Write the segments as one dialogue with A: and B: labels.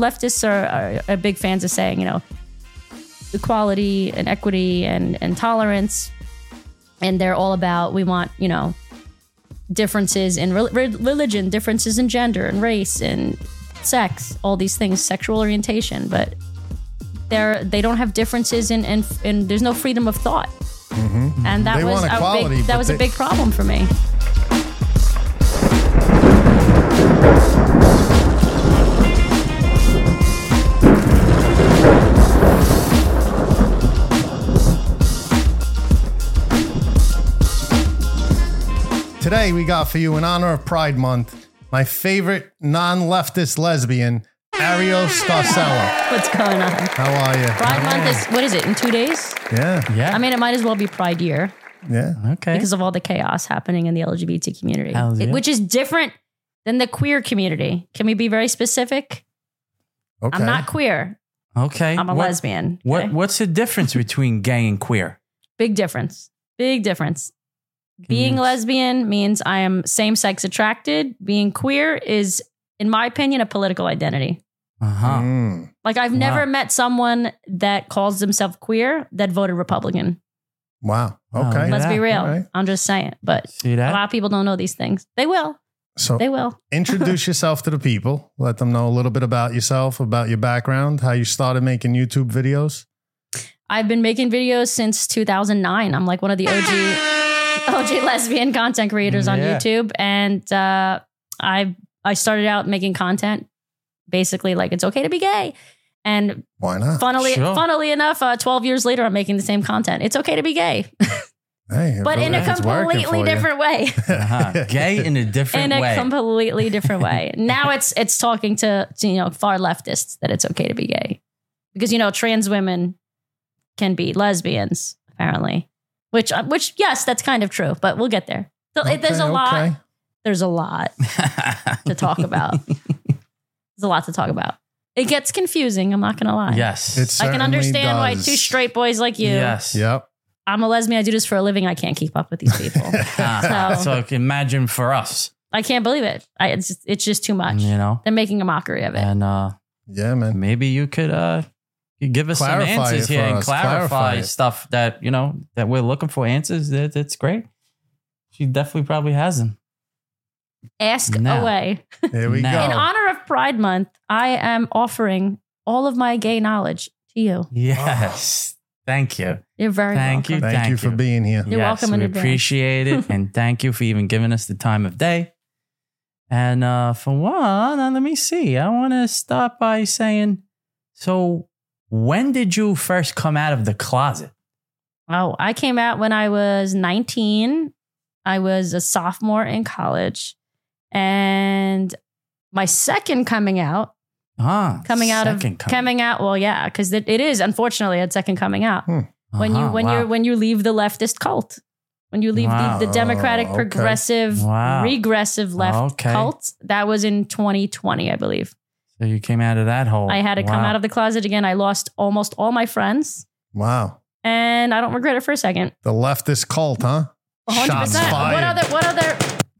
A: leftists are, are, are big fans of saying, you know, equality and equity and, and tolerance. And they're all about, we want, you know, differences in re- re- religion, differences in gender and race and sex, all these things, sexual orientation. But they're, they don't have differences in, in, in there's no freedom of thought. And that
B: Mm-hmm. They
A: was
B: want
A: a
B: equality,
A: big, that
B: but
A: was a
B: they-
A: big problem for me.
B: Today we got for you in honor of Pride Month, my favorite non-leftist lesbian, Ariel Starcella.
A: What's going on?
B: How are you?
A: Pride month is what is it in two days?
B: Yeah,
C: Yeah.
A: I mean, it might as well be Pride year
B: yeah.
C: okay.
A: because of all the chaos happening in the LGBT community,
C: Hells Oh, yeah.
A: which is different than the queer community. Can we be very specific?
B: Okay.
A: I'm not queer.
C: okay.
A: I'm a
C: What-
A: lesbian.
C: What
A: okay?
C: What's the difference between gay and queer?
A: Big difference. Big difference. Being
C: you-
A: lesbian means I am same sex attracted. Being queer is, in my opinion, a political identity.
C: Uh
A: Mm-hmm.
C: huh.
B: Mm.
A: Like I've
C: Wow.
A: never met someone that calls themselves queer that voted Republican.
B: Wow.
C: Oh,
B: Okay.
A: Let's be real.
B: all right.
A: I'm just saying. But
C: See
A: a
C: that?
A: lot of people don't know these things. They will.
B: So
A: They will.
B: introduce yourself to the people. Let them know a little bit about yourself, about your background, how you started making YouTube videos.
A: I've been making videos since 2009. I'm like one of the OG OG lesbian content creators on
C: Yeah.
A: YouTube, and uh, I I started out making content basically like it's okay to be gay. And
B: Why not?
A: funnily,
C: Sure.
A: funnily enough, uh, 12 years later, I'm making the same content. It's okay to be gay,
B: Hey,
A: but in a
B: it's working for
A: completely
B: you.
A: different way.
C: Uh-huh. Gay in a different
A: in a
C: way.
A: completely different way. now it's it's talking to, to, you know far leftists that it's okay to be gay because you know trans women can be lesbians apparently, which uh, which yes that's kind of true, but we'll get there. So it, there's a
B: Okay,
A: lot.
B: okay.
A: There's a lot to talk about. there's a lot to talk about. It gets confusing. I'm not gonna lie.
C: yes.
B: It's-
A: I can
B: certainly
A: understand why
B: does.
A: two straight boys like you.
C: Yes.
B: Yep.
A: I'm a lesbian. I do this for a living. I can't keep up with these people.
C: Uh,
A: So-
C: so imagine for us,
A: I can't believe it. I, it's just, it's just too much.
C: you know,
A: They're making a mockery of it.
C: and uh,
B: Yeah, man.
C: maybe you could uh, you give us
B: Clarify
C: some
B: it
C: answers
B: for
C: here and
B: us.
C: clarify,
B: Clarify it.
C: stuff that you know that we're looking for answers. That, that's great. She definitely probably has them.
A: Ask
C: No. Oh.
A: away.
B: Here we
C: Now-
A: In
B: go.
A: honor of Pride Month, I am offering all of my gay knowledge to you.
C: Yes. Thank you.
A: You're very
C: Thank
A: welcome.
C: you.
B: Thank you for being here.
A: You're welcome in
C: We
A: advance.
C: appreciate it. and thank you for even giving us the time of day. And uh, for one, uh, let me see. I want to start by saying so, when did you first come out of the closet?
A: Oh, I came out when I was 19. I was a sophomore in college. And my second coming out,
C: Ah,
A: coming out of
C: second
A: coming out, well, yeah, because it, it is unfortunately a second coming out. When you
C: Uh-huh,
A: when
C: wow.
A: you're when you leave the leftist cult. When you leave
C: Wow.
A: the, the democratic
B: Oh, okay.
A: progressive
C: Wow.
A: regressive left
C: Okay.
A: cult, that was in 2020, I believe.
C: so you came out of that
B: Oh,
C: hole.
A: I had to come out of the closet again. I lost almost all my friends,
B: Wow.
A: and I don't regret it for a second.
B: The leftist cult, huh?
A: 100%.
B: Shots fired.
A: What other? What other?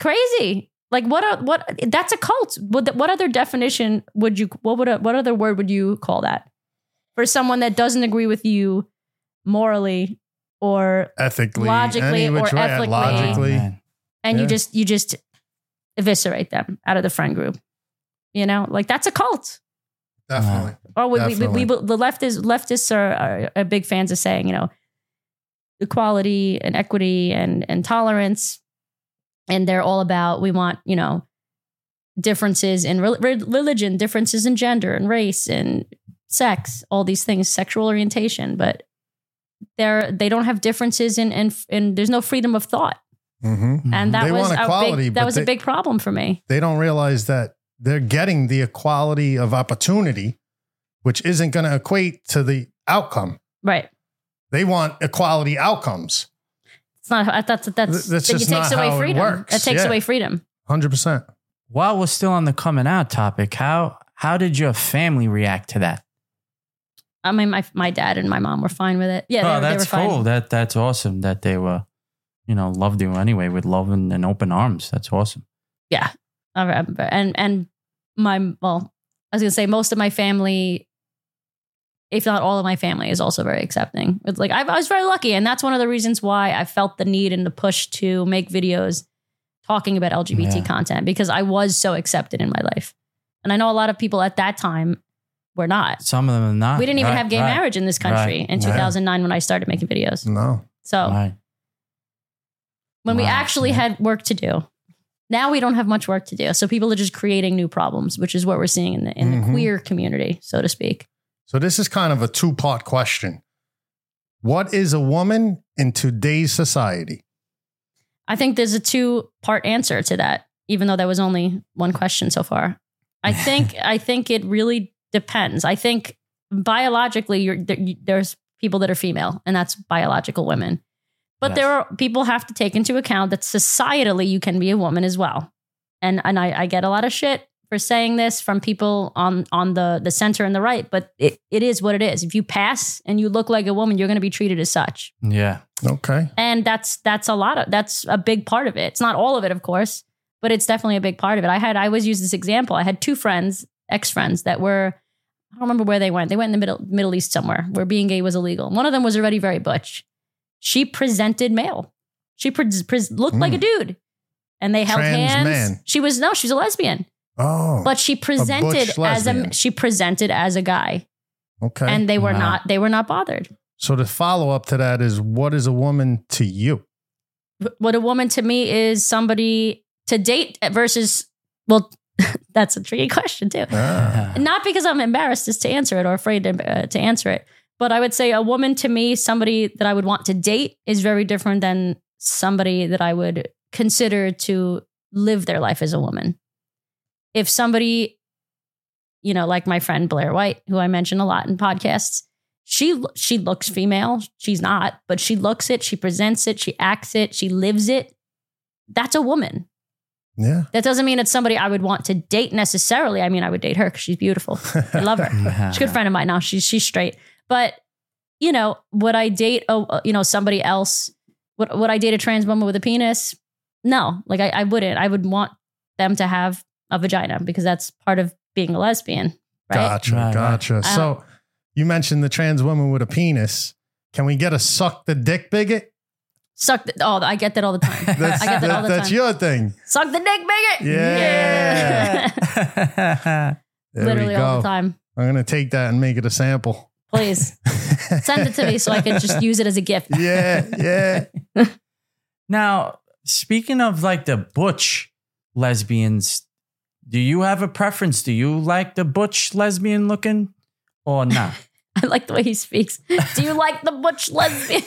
A: Crazy. Like what? o- What? That's a cult. What? What other definition would you? What would? What other word would you call that for someone that doesn't agree with you morally or
B: Ethically,
A: Logically
B: any which
A: or
B: way,
A: ethically.
B: logically.
C: Oh, man.
A: and
B: Yeah.
A: you just you just eviscerate them out of the friend group? You know, like that's a cult.
B: Definitely.
A: Or we, we, we,
B: Definitely.
A: we the leftists leftists are, are, are big fans of saying you know equality and equity and and tolerance, and they're all about we want you know differences in re- re- religion, differences in gender and race and sex, all these things, sexual orientation, but they're they don't have differences in in, in there's no freedom of thought,
B: hmm
C: Mm-hmm.
A: and that
B: They
A: was
B: want
A: a
B: equality,
A: big,
B: but
A: that was
B: they-
A: a big problem for me.
B: They don't realize that they're getting the equality of opportunity, which isn't going to equate to the outcome.
A: Right.
B: They want equality outcomes.
A: It's not I thought that that's,
B: Th- that's
A: that
B: just
A: it
B: not
A: takes away
B: how it
A: freedom.
B: works.
A: It takes
B: Yeah.
A: away freedom.
B: 100%.
C: while we're still on the coming out topic, how how did your family react to that?
A: I mean, my my dad and my mom were fine with it. Yeah, they,
C: oh,
A: were- they were
C: that's
A: fine.
C: cool. That that's awesome that they were, you know, loved you anyway with love and, and open arms. That's awesome.
A: I remember. And and my well, I was gonna say most of my family, if not all of my family, is also very accepting. It's like i I was very lucky, and that's one of the reasons why I felt the need and the push to make videos talking about LGBT
C: Yeah.
A: content because I was so accepted in my life, and I know a lot of people at that time were not.
C: Some of them are not.
A: We didn't even
C: Ah, Right,
A: have gay
C: right,
A: marriage in this country
C: right,
A: in
B: right.
A: 2009 when I started making videos.
B: No.
A: So
C: Right.
A: when we
C: Wow,
A: actually
C: yeah.
A: had work to do. Now we don't have much work to do. So people are just creating new problems, which is what we're seeing in the in
B: Mhm.
A: the queer community, so to speak.
B: So this is kind of a two part question. What is a woman in today's society?
A: I think there's a two part answer to that, even though there was only one question so far. I think I think it really depends. I think biologically, you're, there, you, there's people that are female, and that's biological women. But
C: Yes.
A: there are people have to take into account that societally you can be a woman as well. And and I, I get a lot of shit for saying this from people on on the the center and the right, but it, it is what it is. If you pass and you look like a woman, you're going to be treated as such
C: Yeah.
B: Okay.
A: and that's that's a lot of that's a big part of it it's not all of it of course but it's definitely a big part of it i had i always use this example i had two friends ex-friends that were i don't remember where they went they went in the middle middle east somewhere where being gay was illegal one of them was already very butch she presented male she pres pres looked like
B: Mm.
A: a dude and they held
B: Trans
A: hands
B: man.
A: she was no she's a lesbian
B: Oh.
A: but she presented as
B: lesbian.
A: a she presented as a guy
B: okay.
A: and they were
C: Wow.
A: not they were not bothered
B: so the follow up to that is what is a woman to you?
A: what a woman to me is somebody to date versus well that's a tricky question too
B: Ah.
A: not because i'm embarrassed as to answer it or afraid to, uh, to answer it but i would say a woman to me somebody that i would want to date is very different than somebody that i would consider to live their life as a woman if somebody you know like my friend blair white who i mention a lot in podcasts she she looks female she's not but she looks it she presents it she acts it she lives it that's a woman
B: Yeah.
A: that doesn't mean it's somebody I would want to date necessarily. I mean, I would date her because she's beautiful. I love her. She's a good friend of mine now. She's she's straight. But you know, would I date a you know somebody else? Would would I date a trans woman with a penis? No, like I, I wouldn't. I would want them to have a vagina because that's part of being a lesbian, right?
B: Gotcha.
C: Right, right.
B: gotcha.
A: Uh,
B: so you mentioned the trans woman with a penis. Can we get a suck the dick bigot?
A: Suck. The, oh, I get that all the time.
B: That's,
A: I get that all the
B: that's
A: time.
B: your thing.
A: Suck the dick, bigot.
B: Yeah. There we
A: Literally all the
B: go.
A: time.
B: I'm gonna take that and make it a sample.
A: Please send it to me so I can just use it as a gift.
B: yeah, yeah.
C: now, speaking of like the butch lesbians, do you have a preference? Do you like the butch lesbian looking or not?
A: I like the way he speaks. Do you like the butch lesbian?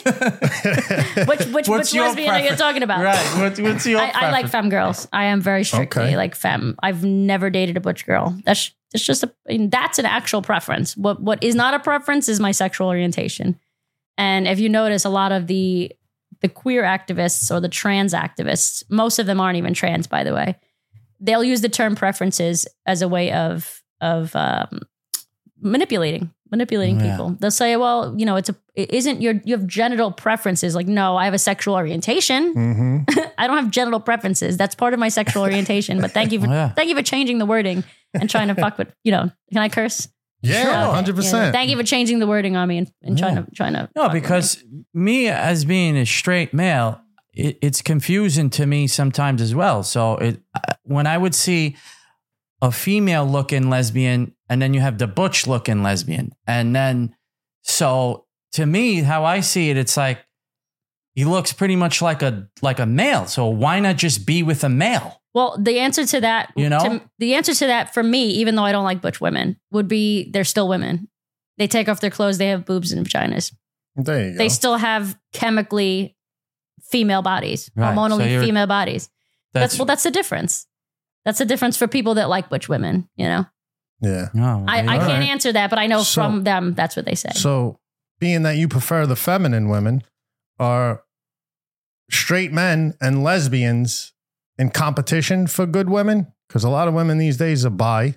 A: Which which
C: What's
A: which
C: your
A: lesbian are you
C: preference?
A: talking about?
C: right. What, what's your
A: I, I like
C: preference?
A: femme girls. I am very strictly
B: Okay.
A: like femme. I've never dated a butch girl. That's that's just a I mean, that's an actual preference. What what is not a preference is my sexual orientation. And if you notice, a lot of the the queer activists or the trans activists, most of them aren't even trans, by the way. They'll use the term preferences as a way of of um, manipulating manipulating
C: Yeah.
A: people. They'll say, "Well, you know, it's a it isn't your you have genital preferences." Like, no, I have a sexual orientation.
B: Mm-hmm.
A: I don't have genital preferences. That's part of my sexual orientation. But thank you for
C: Oh, yeah.
A: thank you for changing the wording and trying to fuck with you know. Can I curse?
B: Yeah,
A: Sure.
B: hundred
A: Yeah,
B: percent.
A: thank you for changing the wording on me and, and trying
C: Yeah.
A: to trying to.
C: No,
A: fuck with me.
C: because me as being a straight male, it, it's confusing to me sometimes as well. So it I- when I would see a female looking lesbian, and then you have the butch looking lesbian, and then so to me, how I see it, it's like he looks pretty much like a like a male. So why not just be with a male?
A: well, the answer to that,
C: You know?
A: to- the answer to that for me, even though I don't like butch women, would be they're still women. They take off their clothes. They have boobs and vaginas.
B: There you go.
A: They still have chemically female bodies,
C: Right. So
A: hormonally
C: you're-
A: female bodies. That's,
C: That's,
A: well, that's the difference. That's the difference for people that like butch women. You know.
B: yeah.
C: no,
A: I, I
C: you're
A: can't
C: oh, right.
A: answer that, but I know
B: So-
A: from them that's what they say.
B: So, being that you prefer the feminine women, are straight men and lesbians in competition for good women? Because a lot of women these days are bi.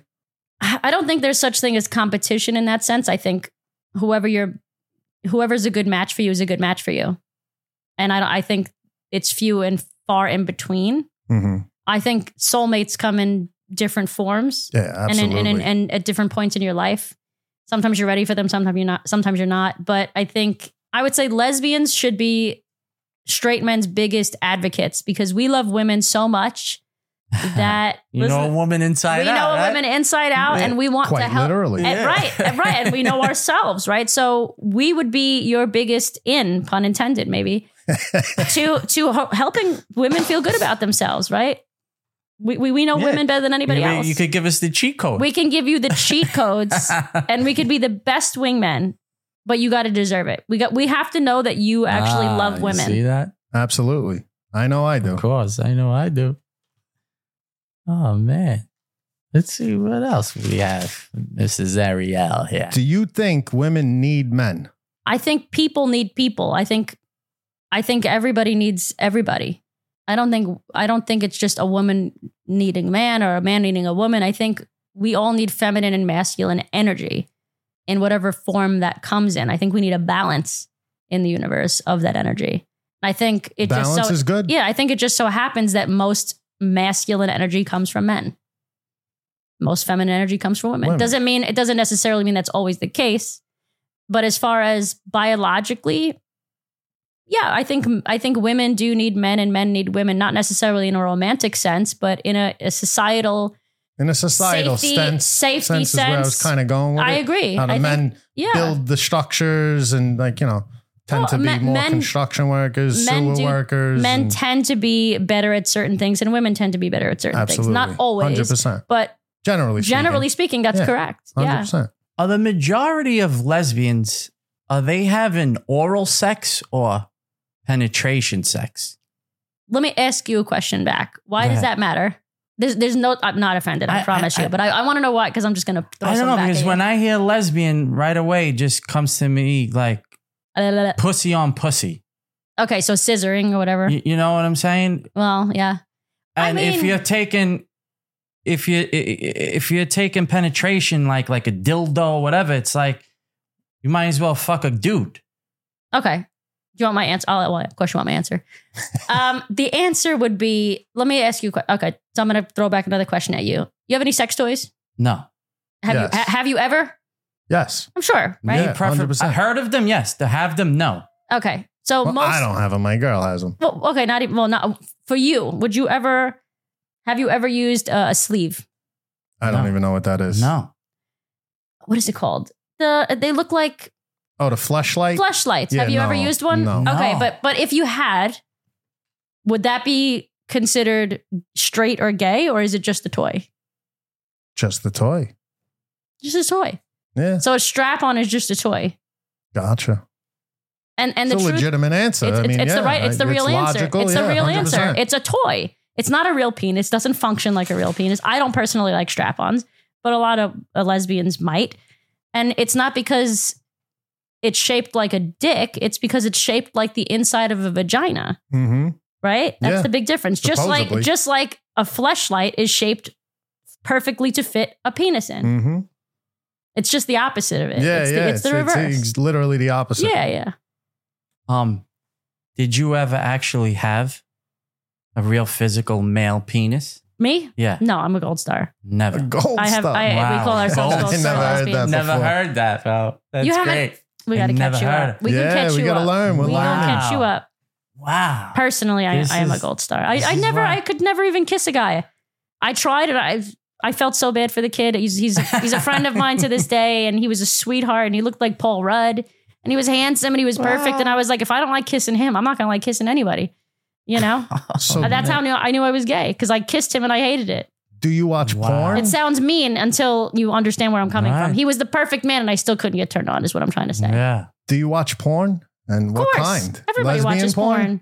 A: I I don't think there's such thing as competition in that sense. I think whoever you're, whoever's a good match for you is a good match for you, and I don't- I think it's few and far in between.
B: Mm-hmm.
A: I think soulmates come in different forms
B: Yeah,
A: and, in,
B: absolutely.
A: and, in, and at different points in your life. Sometimes you're ready for them, sometimes you're not, sometimes you're not. But I think I would say lesbians should be straight men's biggest advocates because we love women so much that
C: you
A: listen,
C: know a woman inside
A: we
C: out.
A: know
C: right?
A: a women inside out
C: Yeah.
A: and we want to
B: Quite
A: help
B: literally.
C: Yeah.
A: and right, and right, and we know ourselves, right? So we would be your biggest in, pun intended, maybe to to ho- helping women feel good about themselves, right? We we, we know
C: Yeah.
A: women better than anybody
C: you,
A: else.
C: You could give us the cheat code.
A: we can give you the cheat codes, and we could be the best wingmen, but you got to deserve it. We got we have to know that you actually
C: Ah,
A: love
C: you see
A: women.
C: that?
B: Absolutely. I know I do.
C: Of course, I know I do. Oh man, let's see what else we have. This is Ariel here.
B: Do you think women need men?
A: I think people need people. I think I think everybody needs everybody. I don't think I don't think it's just a woman needing a man or a man needing a woman. I think we all need feminine and masculine energy in whatever form that comes in. I think we need a balance in the universe of that energy. I think it
B: Balance
A: just so
B: is good.
A: yeah, I think it just so happens that most masculine energy comes from men. Most feminine energy comes from women.
B: Women.
A: Doesn't mean it doesn't necessarily mean that's always the case, but as far as biologically, yeah, I think I think women do need men and men need women, not necessarily in a romantic sense, but in a, a societal
B: In a societal
A: safety
B: sense,
A: safety
B: sense is where I was
A: sense.
B: kind of going with
A: I
B: it.
A: agree.
B: How do
A: I
B: men
A: think, yeah.
B: build the structures and like you know tend
A: Well,
B: to be
A: men-
B: more
A: men-
B: construction workers,
A: men
B: sewer
A: do-
B: workers.
A: Men
B: and-
A: tend to be better at certain things and women tend to be better at certain
B: absolutely,
A: things. Not always,
B: hundred percent.
A: but
B: Generally,
A: generally speaking, that's
B: Yeah.
A: correct.
B: hundred
A: Yeah.
B: percent.
C: Are the majority of lesbians are they having oral sex or penetration sex?
A: let me ask you a question back. Why
C: Go
A: does that
C: ahead.
A: matter? There's, there's no, I'm not offended. I,
C: I-
A: promise
C: I-
A: you, but I, I want to know why because I'm just gonna. Throw
C: I don't
A: some
C: know
A: back
C: because
A: at
C: when I hear lesbian, right away just comes to me like
A: you.
C: pussy on pussy.
A: okay, so scissoring or whatever.
C: You, you know what I'm saying?
A: well, yeah, I
C: And if
A: mean-
C: you're taking, if you i- i- if you're taking penetration like like a dildo or whatever, it's like you might as well fuck a dude.
A: okay. Do you want my answer? Oh, well, of course you want my answer. um, the answer would be. Let me ask you. a que- Okay, so I'm gonna throw back another question at you. You have any sex toys?
C: No,
A: Have
B: Yes.
A: you? ha- have you ever?
B: Yes.
A: I'm sure, right?
B: Yeah,
C: Prefer-
B: 100%.
C: I heard of them, yes. To have them, no.
A: Okay, so
B: Well,
A: most.
B: I don't have them. My girl has them.
A: Well, okay, not even. Well, not for you. Would you ever? Have you ever used uh, a sleeve?
B: I don't
C: No.
B: even know what that is.
C: No,
A: what is it called? The they look like
B: Oh, the flashlight.
A: flashlights. Have
B: Yeah,
A: you ever
B: no,
A: used one?
B: no.
A: Okay,
C: No.
A: but but if you had, would that be considered straight or gay, or is it just a toy?
B: Just the toy.
A: Just a toy.
B: Yeah.
A: So a strap on is just a toy.
B: Gotcha.
A: And and
B: it's
A: the
B: a
A: truth,
B: legitimate answer.
A: it's,
B: I
A: it's,
B: mean,
A: it's
B: yeah,
A: the right, it's the real answer.
B: logical,
A: it's the
B: yeah,
A: real
B: 100%.
A: answer. It's a toy. It's not a real penis. Doesn't function like a real penis. I don't personally like strap-ons, but a lot of uh, lesbians might. And it's not because it's shaped like a dick. It's because it's shaped like the inside of a vagina.
B: hmm
A: right? That's
B: Yeah.
A: the big difference. Just
B: Supposedly.
A: like just like a fleshlight is shaped perfectly to fit a penis in.
B: hmm
A: It's just the opposite of it.
B: Yeah,
A: Mm-hmm. it's,
B: yeah.
A: the, it's the reverse.
B: it's literally the opposite.
A: yeah, yeah.
C: Um, did you ever actually have a real physical male penis?
A: Me?
C: Yeah,
A: No, I'm a gold star.
B: A
C: never.
B: Gold
A: I have.
B: star.
A: I,
C: Wow.
A: We call ourselves
C: Gold
A: gold
C: I
A: star.
C: never heard
A: lesbians.
B: that.
C: Never
B: before.
C: heard that, Bro, That's
A: You haven't-
C: great.
A: We got to
C: I
A: catch
C: never
A: you
C: heard.
A: up. We
B: Yeah,
A: can catch
B: we
A: you
B: gotta
A: up.
B: learn. We're
A: we
C: learning.
A: can catch you up.
C: Wow.
A: Personally, I,
C: This
A: I am a
C: is-
A: gold star. I,
C: this
A: I
C: is
A: never.
C: why-
A: I could never even kiss a guy. I tried it. I. I felt so bad for the kid. He's he's he's a friend of mine to this day, and he was a sweetheart, and he looked like Paul Rudd, and he was handsome, and he was perfect. And I was like, if I don't like kissing him, I'm not gonna like kissing anybody. You know,
C: Oh,
B: So
A: And Uh, that's how I knew I knew I was gay because I kissed him and I hated it.
B: Do you watch
C: Wow.
B: porn?
A: It sounds mean until you understand where I'm coming
C: Right.
A: from. He was the perfect man, and I still couldn't get turned on. Is what I'm trying to say.
C: Yeah.
B: Do you watch porn? And
A: Of
B: what
A: course,
B: kind?
A: everybody
B: Lesbian
A: watches porn?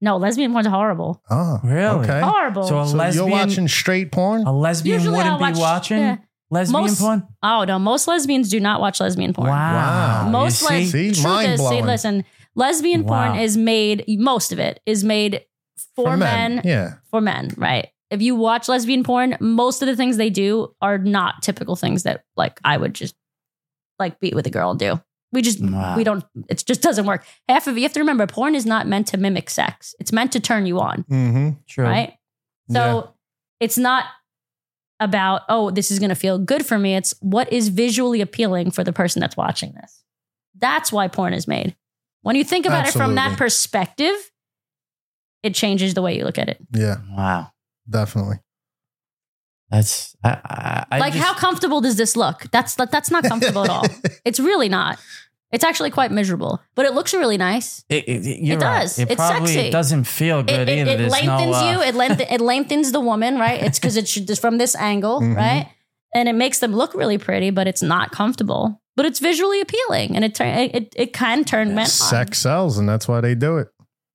A: No, lesbian porn's horrible.
B: Oh,
C: Really?
B: Okay.
A: Horrible.
C: So a
B: So
C: lesbian,
B: you're watching straight porn?
C: a lesbian
A: Usually
C: wouldn't
A: I'll watch-
C: be watching
A: yeah.
C: lesbian
A: Most
C: porn.
A: Oh no, most lesbians do not watch lesbian porn.
C: Wow.
B: Wow.
A: Most
C: You see?
A: les-
B: See?
A: truth
B: Mind
A: is, see,
B: blowing.
A: listen, lesbian
C: Wow.
A: porn is made. Most of it is made for, men,
B: Yeah.
A: for men, right? If you watch lesbian porn, most of the things they do are not typical things that like I would just like beat with a girl and do. We just
C: Wow.
A: we don't. It just doesn't work. Half of you have to remember, porn is not meant to mimic sex. It's meant to turn you on,
B: Mm-hmm.
C: True.
A: right? So it's not about, oh, this is going to feel good for me. It's what is visually appealing for the person that's watching this. That's why porn is made. When you think about it from that
B: Absolutely.
A: perspective, it changes the way you look at it.
B: Yeah,
C: Wow.
B: definitely.
C: That's I, I, I
A: like,
C: just-
A: how comfortable does this look? That's that, that's not comfortable at all. It's really not. It's actually quite miserable, but it looks really nice.
C: it, it, it- you're
A: It
C: right.
A: does.
C: It
A: It's
C: probably
A: sexy.
C: doesn't feel
A: It,
C: good
A: it,
C: either.
A: it
C: There's
A: lengthens
C: no, uh,
A: you. It, length, it lengthens the woman, right? It's because it should just from this angle,
C: Mm-hmm.
B: Mhm.
A: right? And it makes them look really pretty, but it's not comfortable. But it's visually appealing, and it turn it, it, it can turn men on.
B: Sex sells, and that's why they do it.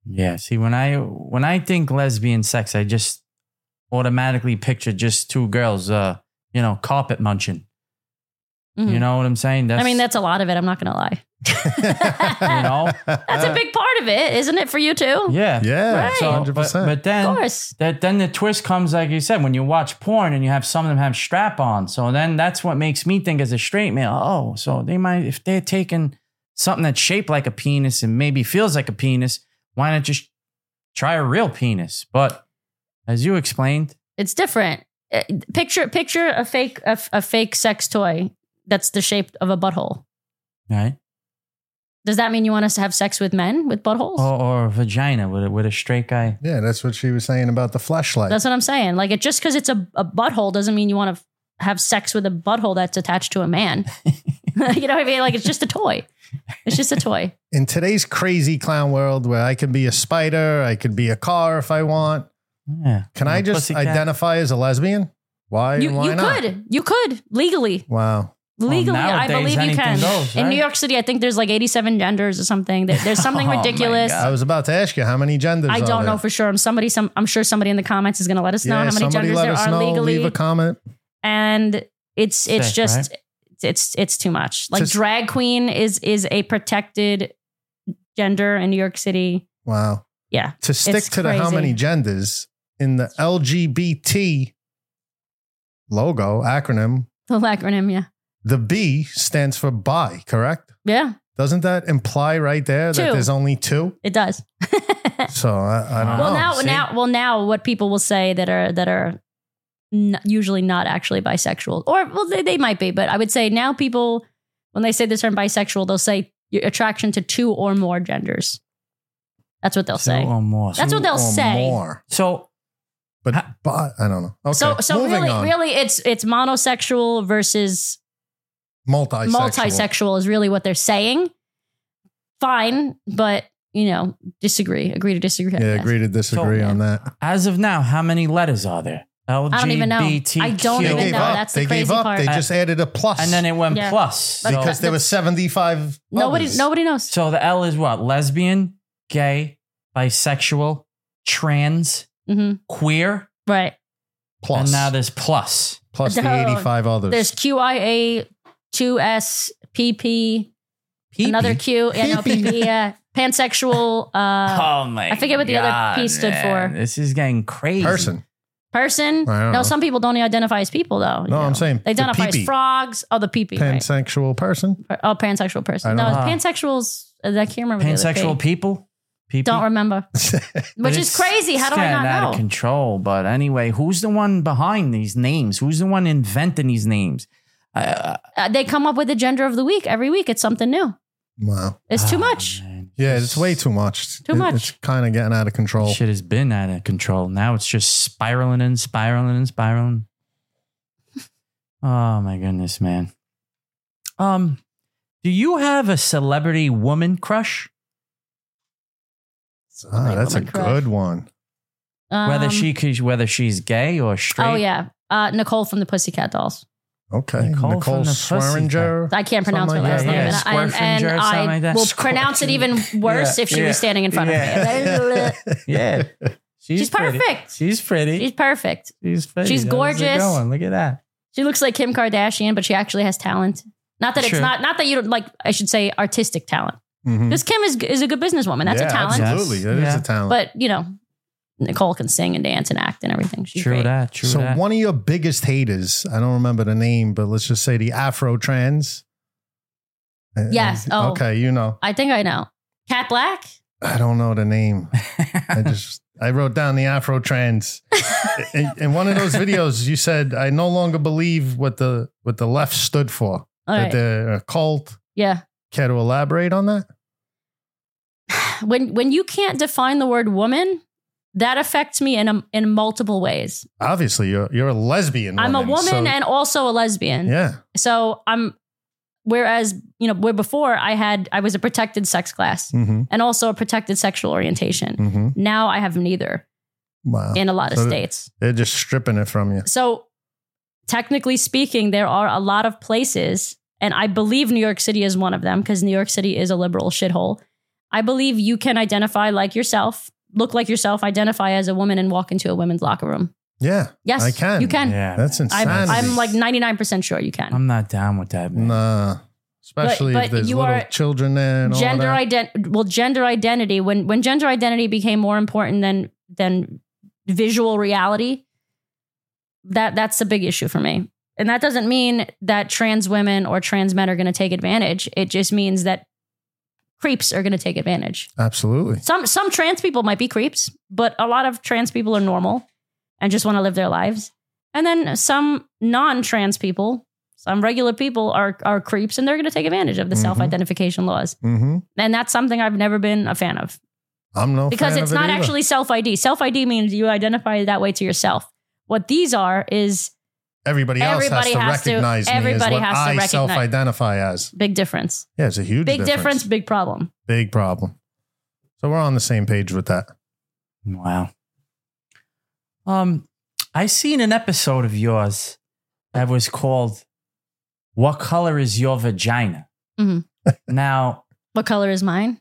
C: Yeah. See, when I when I think lesbian sex, I just automatically picture just two girls, uh, you know, carpet munching.
A: Mhm.
C: You know what I'm saying? That's,
A: I mean, that's a lot of it. I'm not gonna lie.
C: you know,
A: That's a big part of it, isn't it? For you too,
C: Uh, yeah.
B: yeah,
A: Right.
C: So, but,
B: 100%.
C: but
A: of
C: then
A: course.
C: that then the twist comes, like you said, when you watch porn and you have some of them have strap on. So then that's what makes me think as a straight male, oh, so they might if they're taking something that's shaped like a penis and maybe feels like a penis, why not just try a real penis? But as you explained,
A: It's different. Uh, Picture picture a fake a, a fake sex toy that's the shape of a butthole.
C: right?
A: Does that mean you want us to have sex with men with buttholes?
C: Or, or a vagina with a, with a straight guy.
B: yeah, that's what she was saying about the flashlight.
A: That's what I'm saying. Like it just because it's a, a butthole doesn't mean you want to f- have sex with a butthole that's attached to a man. you know what I mean? Like it's just a toy. It's just a toy.
B: in today's crazy clown world where I can be a spider, I could be a car if I want.
C: Yeah.
B: Can
C: And
B: I
C: a
B: just
C: pussycat.
B: identify as a lesbian? Why?
A: you
B: why
A: you
B: not?
A: could. You could legally.
B: Wow.
A: Legally, I
C: nowadays
A: believe you
C: anything
A: can.
C: goes,
A: In
C: right?
A: New York City, I think there's like 87 genders or something. There- There's something
C: Oh my
A: ridiculous.
C: God.
B: I was about to ask you how many genders.
A: I
B: are
A: don't
B: there?
A: know for sure. I'm somebody. Some I'm sure somebody in the comments is going to let us know
B: yeah,
A: how many
B: somebody
A: genders
B: let
A: there
B: us
A: are
B: know. Leave
A: legally.
B: a comment.
A: and it's it's
C: Sick,
A: just
C: right?
A: it's it's too much. Like
B: Just-
A: drag queen is is a protected gender in New York City.
B: Wow.
A: Yeah,
B: To stick
A: it's
B: to the how
A: crazy.
B: many genders in the LGBT logo acronym,
A: The acronym, yeah,
B: the B stands for bi, correct?
A: yeah,
B: Doesn't that imply right there that
A: Two.
B: there's only two?
A: it does.
B: So I, I don't
A: well,
B: know.
A: now
C: see?
A: now well now what people will say that are that are n- usually not actually bisexual or well they, they might be, but I would say now people when they say the term bisexual they'll say your attraction to two or more genders. That's what they'll
C: Two
A: say.
C: or more.
A: That's what
B: Two
A: they'll
B: or
A: say.
B: More.
C: so
B: But
C: Ha-
B: bi, I don't know. Okay.
A: So so
B: Moving
A: really
B: on.
A: really it's it's monosexual versus
B: multisexual.
A: multisexual is really what they're saying. Fine, but you know, disagree, agree to disagree. I
B: Yeah,
A: guess.
B: agree to disagree
A: So-
B: on that.
C: as of now, how many letters are there? LGBTQ.
A: don't even know. I don't
B: They
A: even
B: gave
A: know.
B: up.
A: That's the
B: they gave
A: crazy
B: up.
A: part.
B: They
C: I-
B: just added a plus.
C: Uh, And then it went
A: Yeah.
C: plus. So,
B: because there were 75
A: Nobody
B: others.
A: nobody knows.
C: so the L is what? Lesbian, gay, bisexual, trans,
A: hmm
C: queer,
A: Right.
B: Plus.
C: and now there's plus.
B: plus the
A: No.
B: 85 others.
A: There's QIA, 2S, PP, another Q, yeah, no,
B: PP.
A: PP, yeah. Pansexual uh,
C: oh my!
A: I forget what the other
C: God,
A: P stood
C: man.
A: for.
C: This is getting crazy.
B: person.
A: person.
B: I
A: No,
B: don't know.
A: some people don't identify as people though. you
B: No, I'm
A: know.
B: saying
A: they
B: the
A: identify as
B: PP.
A: frogs. Oh, the PP. right.
B: pansexual person.
A: Oh, pansexual person.
B: I
A: No,
B: don't
C: know.
A: pansexuals. uh, I can't remember. the other
C: Pansexual
A: P.
C: people. People.
A: Don't remember. Which is
C: It's
A: crazy. How do I
C: getting out
A: not
C: of
A: know?
C: control. But anyway, who's the one behind these names? Who's the one inventing these names? Uh,
A: Uh, they come up with the gender of the week every week. It's something new.
B: wow.
A: It's too
C: oh,
A: much.
C: man.
B: Yeah, it's way too much.
A: Too
B: It-
A: much.
B: It's kind of getting out of control.
C: Shit has been out of control. Now it's just spiraling and spiraling and spiraling. oh my goodness, man. Um, do you have a celebrity woman crush?
B: Ah, that's a
A: Woman crush.
B: good one.
A: Um,
C: Whether she could, whether she's gay or straight.
A: Oh yeah, uh, Nicole from the Pussycat Dolls.
B: Okay.
C: Nicole
B: Nicole,
C: from the
B: Swearinger.
A: I can't pronounce
B: Something
A: her last
B: like
A: name,
B: that,
A: and,
C: yeah.
A: and,
C: Squirfinger or
A: I
C: something like that.
A: will pronounce it even worse if she
C: yeah,
A: was standing in front of me.
C: yeah.
A: She's
C: pretty.
A: perfect.
C: She's pretty.
A: She's perfect.
C: She's pretty.
A: She's
C: How's it
A: gorgeous.
C: going? Look at that.
A: She looks like Kim Kardashian, but she actually has talent. Not that
C: Sure. Hmm.
A: it's not not that you don't like. I should say artistic talent.
B: Mhm.
A: Because Kim is is a good businesswoman. That's
B: Yeah,
A: a talent.
B: Absolutely. that is
C: Yeah.
B: a talent.
A: But you know, Nicole can sing and dance and act and everything. She's
C: True
A: great.
C: that. True
B: so
C: that.
B: one of your biggest haters, I don't remember the name, but let's just say the Afro trans.
A: Yes. Oh.
B: Okay, you know.
A: I think I know. Cat Black.
B: I don't know the name. I just I wrote down the Afro trans. in, in one of those videos, you said I no longer believe what the what the left stood for.
A: All
B: that
A: right.
B: they're a cult.
A: yeah.
B: Care to elaborate on that?
A: When when you can't define the word woman, that affects me in a, in multiple ways.
B: Obviously, you're you're a lesbian.
A: I'm a woman
B: so-
A: and also a lesbian.
B: yeah,
A: So I'm whereas, you know, where before I had I was a protected sex class
B: mm-hmm.
A: and also a protected sexual orientation.
B: Mm-hmm.
A: Now I have neither
B: wow.
A: in a lot of
B: So-
A: states.
B: They're just stripping it from you.
A: So, technically speaking, there are a lot of places, and I believe New York City is one of them because New York City is a liberal shithole. I believe you can identify like yourself, look like yourself, identify as a woman, and walk into a women's locker room.
B: Yeah,
A: Yes,
B: I can.
A: You can.
C: yeah,
B: that's
C: man.
A: I'm,
B: insanity.
A: I'm like 99% sure you can.
C: I'm not down with that. Man.
B: nah. Especially
A: But-
B: if
A: but
B: there's
A: you
B: little
A: are-
B: children there and
A: gender
B: all that.
A: ident well gender identity when when gender identity became more important than than visual reality that that's a big issue for me and that doesn't mean that trans women or trans men are going to take advantage it just means that creeps are going to take advantage
B: Absolutely.
A: some some trans people might be creeps but a lot of trans people are normal and just want to live their lives and then some non-trans people some regular people are are creeps and they're going to take advantage of the
B: Mhm.
A: self-identification laws
B: Mm-hmm.
A: and that's something I've never been a fan of
B: I'm no
A: because
B: fan
A: it's
B: of it
A: not
B: either.
A: actually self ID. Self ID means you identify that way to yourself. What these are is
B: everybody else
A: everybody
B: has to
A: has to-
B: recognize me as
A: everybody
B: what
A: has to
B: I
A: recognize-
B: self-identify as.
A: big difference.
B: Yeah, it's a huge
A: Big difference, big problem.
B: big problem. So we're on the same page with that.
C: Wow. Um, I seen an episode of yours that was called "What Color Is Your Vagina."
A: Mhm.
C: now,
A: What color is mine?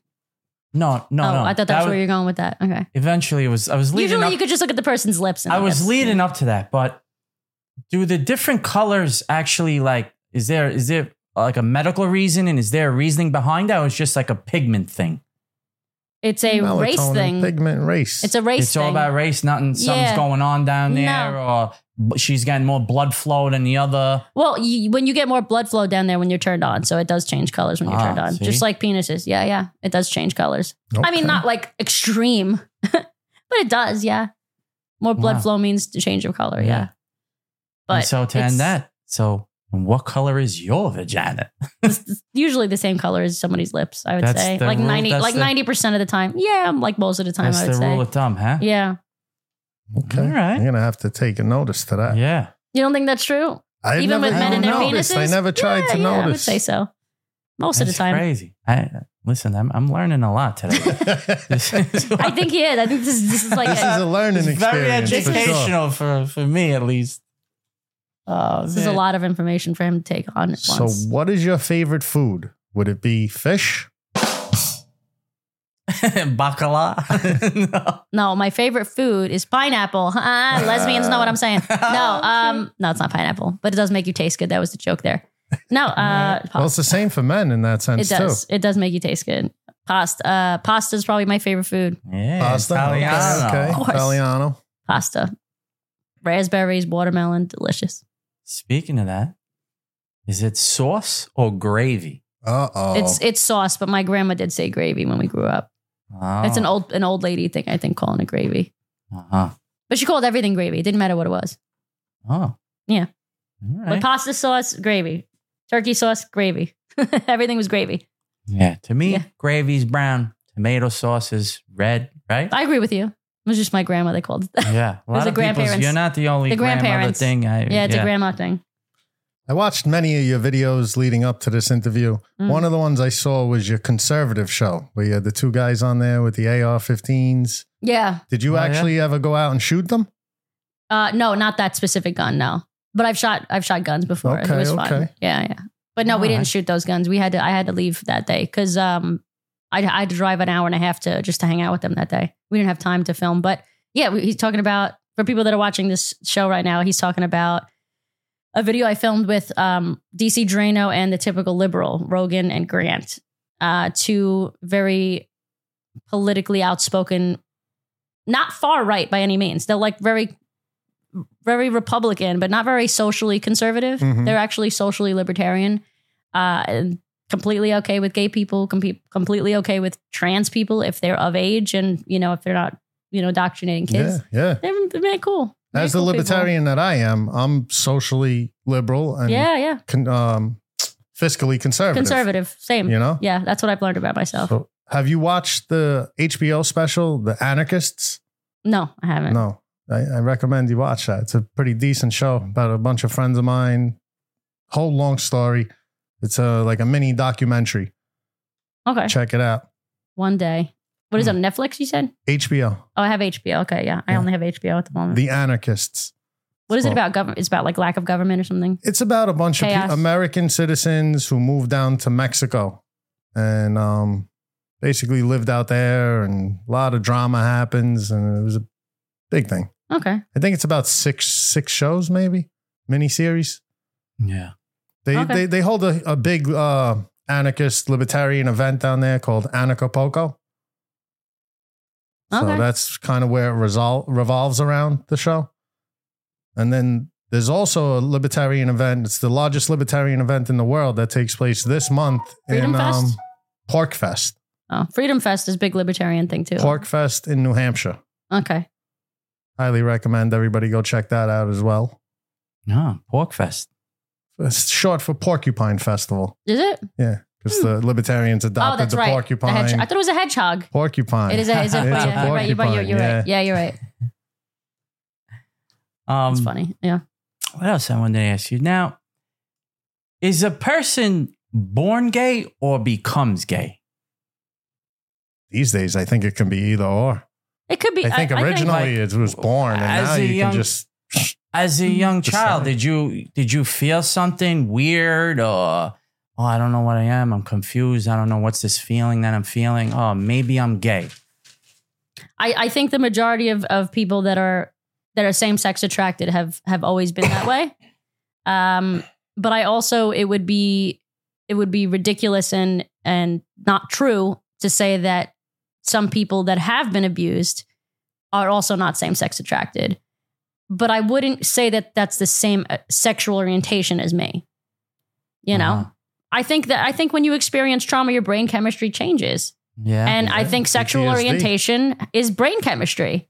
C: no, no,
A: oh,
C: no.
A: I thought that's
C: was,
A: where you're going with that. Okay.
C: Eventually, it was. I was leading
A: Usually
C: up.
A: you could just look at the person's lips. And
C: I was
A: guess-
C: leading up to that, but do the different colors actually like? Is there is there like a medical reason, and is there a reasoning behind that? Or it's just like a pigment thing.
A: It's a race
B: Melatonin,
A: thing.
B: Pigment race.
A: It's a race
C: it's
A: thing.
C: all about race. Nothing. Something's
A: Yeah.
C: going on down
A: No.
C: there, or she's getting more blood flow than the other.
A: well, you, when you get more blood flow down there when you're turned on, so it does change colors when you're
C: Ah,
A: turned on,
C: see?
A: just like penises. Yeah, yeah, it does change colors. I mean,
B: Okay.
A: not like extreme, but it does. Yeah, more blood
C: Wow.
A: flow means the change of color. Yeah,
C: Yeah.
A: but
C: and so to
A: it's
C: end that, so and what color is your vagina?
A: usually the same color as somebody's lips. I would
C: That's
A: say
C: the
A: like
C: rule-
A: ninety,
C: that's
A: like
C: the-
A: ninety percent of the time. Yeah, I'm like most of the time.
C: That's
A: I
C: the
A: would say.
C: rule of thumb, huh?
A: yeah,
B: Okay.
C: All right.
B: I'm gonna have to take a notice to that.
C: Yeah.
A: you don't think that's true?
B: I
A: Even
B: never
A: with men
B: I
A: and their
B: noticed. I
A: penises?
B: never tried
A: yeah,
B: to
A: yeah, I would
B: notice.
A: say so. Most of the
C: That's
A: time,
C: Crazy. I listen, I'm I'm learning a lot today. this is,
A: I think he is. I think this is this is like
B: this
A: a,
B: is a learning
C: it's very
B: experience. for sure.
C: educational for, for, me at least. Oh,
A: this is a
C: man.
A: lot of information for him to take on at
B: So,
A: once.
B: what is your favorite food? Would it be fish?
C: Bacala. no.
A: No, my favorite food is pineapple. Ah, lesbians know what I'm saying.
B: Oh,
A: No, um, no, it's not pineapple, but it does make you taste good. That was the joke there. No, uh,
B: Well, it's the same for men in that
A: It
B: sense
A: does.
B: too.
A: It does make you taste good. Pasta. Uh, pasta is probably my favorite food.
C: Yeah.
B: Pasta, okay,
C: Italiano.
B: okay,
A: Of course.
B: Italiano.
A: Pasta. Raspberries, watermelon, delicious.
C: Speaking of that, is it sauce or gravy?
B: Uh oh.
A: It's it's sauce, but my grandma did say gravy when we grew up.
C: Oh.
A: It's an old an old lady thing, I think, calling it gravy.
C: Uh-huh.
A: But she called everything gravy. It didn't matter what it was.
C: Oh.
A: Yeah.
C: All
A: But
C: right.
A: pasta sauce, gravy. Turkey sauce, gravy. everything was gravy.
C: Yeah, to me,
A: Yeah.
C: gravy's brown, tomato sauce is red, right?
A: I agree with you. It was just my grandma that called it that.
C: yeah, a
A: was
C: lot
A: the
C: of people.
A: grandparents.
C: You're not the only
A: The
C: grandmother
A: grandparents.
C: thing. I,
A: Yeah, it's a grandma thing.
B: I watched many of your videos leading up to this interview.
A: Mm.
B: One of the ones I saw was your conservative show where you had the two guys on there with the AR-15s.
A: Yeah.
B: Did you
C: Oh, yeah?
B: actually ever go out and shoot them?
A: Uh, no, not that specific gun. No, but I've shot I've shot guns before.
B: Okay,
A: it was fun.
B: okay.
A: Yeah, yeah. But no, we
C: Alright.
A: didn't shoot those guns. We had to. I had to leave that day because um, I I had to drive an hour and a half to just to hang out with them that day. We didn't have time to film. But yeah, we, he's talking about for people that are watching this show right now. He's talking about a video I filmed with um DC Drano and the typical liberal Rogan and Grant, uh, two very politically outspoken, not far right by any means. They're like very, very Republican, but not very socially conservative.
B: Mhm.
A: They're actually socially libertarian. Uh, and completely okay with gay people, com- completely okay with trans people if they're of age and you know if they're not you know indoctrinating kids.
B: Yeah, yeah.
A: They're, they're very cool. Very
B: As the
A: cool people.
B: libertarian that I am, I'm socially liberal and
A: Yeah, yeah.
B: con- um, fiscally conservative.
A: Conservative. Same.
B: You know?
A: Yeah, that's what I've learned about myself.
B: So, have you watched the HBO special, The Anarchists?
A: No, I haven't.
B: No. I, I recommend you watch that. It's a pretty decent show about a bunch of friends of mine. Whole long story. It's a like a mini documentary.
A: Okay.
B: Check it out.
A: One day. What is
B: Hmm.
A: it on Netflix? You said?
B: HBO,
A: Oh, I have HBO. Okay, yeah. I
B: Yeah.
A: only have HBO at the moment.
B: The Anarchists.
A: what is it
B: well-
A: about government? It's about like lack of government or something.
B: It's about a bunch of
A: Chaos.
B: pe- American citizens who moved down to Mexico and um, basically lived out there, and a lot of drama happens, and it was a big thing.
A: Okay.
B: I think it's about six six shows, maybe miniseries.
C: Yeah.
B: They
A: Okay.
B: they they hold a, a big uh, anarchist libertarian event down there called Anacapoco. So
A: Okay.
B: that's kind of where it resol- revolves around the show. And then there's also a libertarian event. It's the largest libertarian event in the world that takes place this month
A: Freedom
B: in
A: Fest?
B: um, Pork Fest.
A: Oh, Freedom Fest is a big libertarian thing too.
B: Pork Fest in New Hampshire.
A: Okay.
B: Highly recommend everybody go check that out as well.
C: No, pork fest.
B: It's short for Porcupine Festival
A: Is it?
B: because the libertarians
A: oh,
B: adopted
A: that's
B: the
A: right. The
B: porcupine.
A: hedgehog. I thought it was a hedgehog.
B: porcupine.
A: It is a, is a,
B: It's
A: yeah,
B: a
A: you're right, you're right, you're,
B: porcupine,
A: you're
B: yeah.
A: right. Yeah, you're right.
C: Um,
A: It's funny. Yeah.
C: What else I wanted to ask you now? Is a person born gay or becomes gay?
B: These days, I think it can be either or.
A: It could be.
B: I think originally it was born, and
C: As
B: now
C: a
B: you
C: young-
B: can just
C: As a
A: Hmm.
C: young
B: Decide.
C: child, did you did you feel something weird or oh I don't know what I am. I'm confused. I don't know what's this feeling that I'm feeling. Oh, maybe I'm gay.
A: I, I think the majority of, of people that are that are same sex attracted have have always been that way. Um, but I also it would be it would be ridiculous and and not true to say that some people that have been abused are also not same sex attracted. But I wouldn't say that that's the same uh, sexual orientation as me. You know,
C: Uh-huh.
A: I think that I think when you experience trauma, your brain chemistry changes
C: Yeah.
A: and I
B: yeah.
A: think sexual
B: PTSD.
A: orientation is brain chemistry.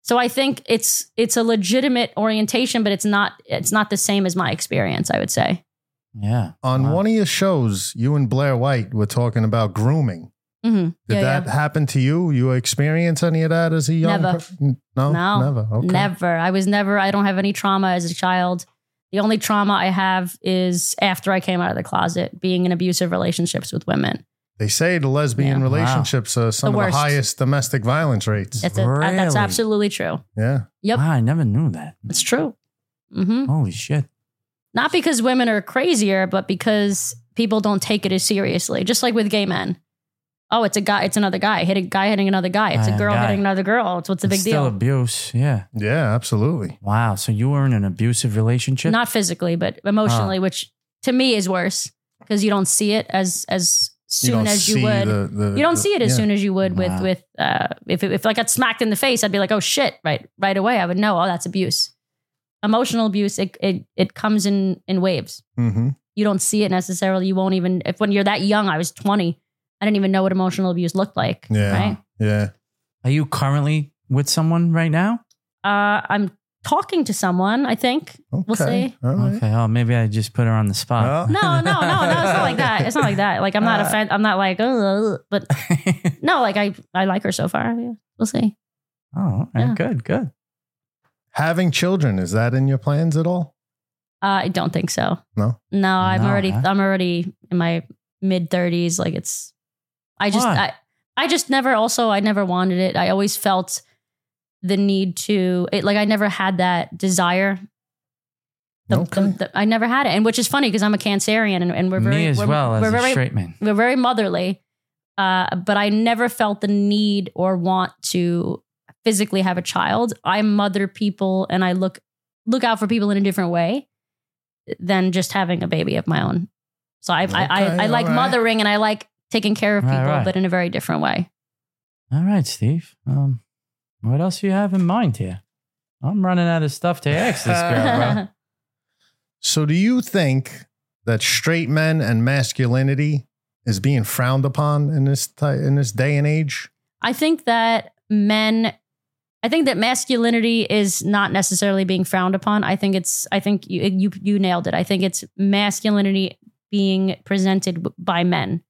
A: So I think it's it's a legitimate orientation, but it's not it's not the same as my experience. I would say.
C: yeah.
B: on
C: Wow.
B: one of your shows, you and Blair White were talking about grooming.
A: Mm-hmm.
B: Did that happen to you? You experience any of that as a young?
A: Never.
B: n- no,
A: No.
B: never. Okay.
A: Never. I was never. I don't have any trauma as a child. The only trauma I have is after I came out of the closet, being in abusive relationships with women.
B: They say the lesbian
A: Yeah.
C: Wow.
B: relationships are some
A: The
B: of
A: worst.
B: the highest domestic violence rates.
A: That's a, that's
C: Really?
A: absolutely true.
B: yeah,
A: Yep.
C: Wow, I never knew that.
A: It's true. hmm
C: Holy shit.
A: Not because women are crazier, but because people don't take it as seriously. Just like with gay men. Oh, it's a guy. It's another guy. Hit a guy hitting another guy. It's
C: Ah,
A: a girl
C: guy.
A: hitting another girl. It's what's the big
C: It's Still
A: deal?
C: abuse. Yeah.
B: yeah, absolutely.
C: Wow. So you were in an abusive relationship?
A: Not physically, but emotionally, which to me is worse because you don't see it as as soon as you would.
B: the-
A: you don't see it as
B: yeah.
A: soon as you would
C: Wow.
A: with with uh, if if I got smacked in the face, I'd be like, oh shit, right right away. I would know. Oh, that's abuse. Emotional abuse. It it it comes in in waves.
B: Mhm.
A: you don't see it necessarily. You won't even if when you're that young. I was 20. I didn't even know what emotional abuse looked like.
B: Yeah.
A: Right.
B: Yeah,
C: Are you currently with someone right now?
A: Uh, I'm talking to someone. I think
B: okay.
A: we'll see.
B: All right.
C: Okay. Oh, maybe I just put her on the spot.
A: No, no, no, no. It's not like that. It's not like that. Like I'm not
B: Uh.
A: offended. I'm not like, "Ugh," but no, like I, I like her so far. Yeah, we'll see.
C: oh, okay,
A: Yeah.
C: good, good.
B: Having children is that in your plans at all?
A: Uh, I don't think so.
B: No?
A: No, I'm
C: No,
A: already
C: huh?
A: I'm already in my mid 30s like it's I just
C: Why?
A: I, I just never also I never wanted it. I always felt the need to it like I never had that desire. The-
B: Okay.
A: the- the- I never had it. And which is funny because I'm a Cancerian and, and we're very
C: Me as
A: we're,
C: well as
A: we're
C: a
A: very
C: straight man.
A: we're very motherly. Uh, but I never felt the need or want to physically have a child. I mother people and I look look out for people in a different way than just having a baby of my own. So I I,
B: Okay,
A: I, I like
B: all right.
A: mothering and I like taking care of
C: Right,
A: people,
C: right.
A: but in a very different way.
C: All right, Steve. Um, what else do you have in mind here? I'm running out of stuff to ask this girl, bro.
B: So, do you think that straight men and masculinity is being frowned upon in this ti- in this day and age?
A: I think that men, I think that masculinity is not necessarily being frowned upon. I think it's, I think you you you nailed it. I think it's masculinity being presented by men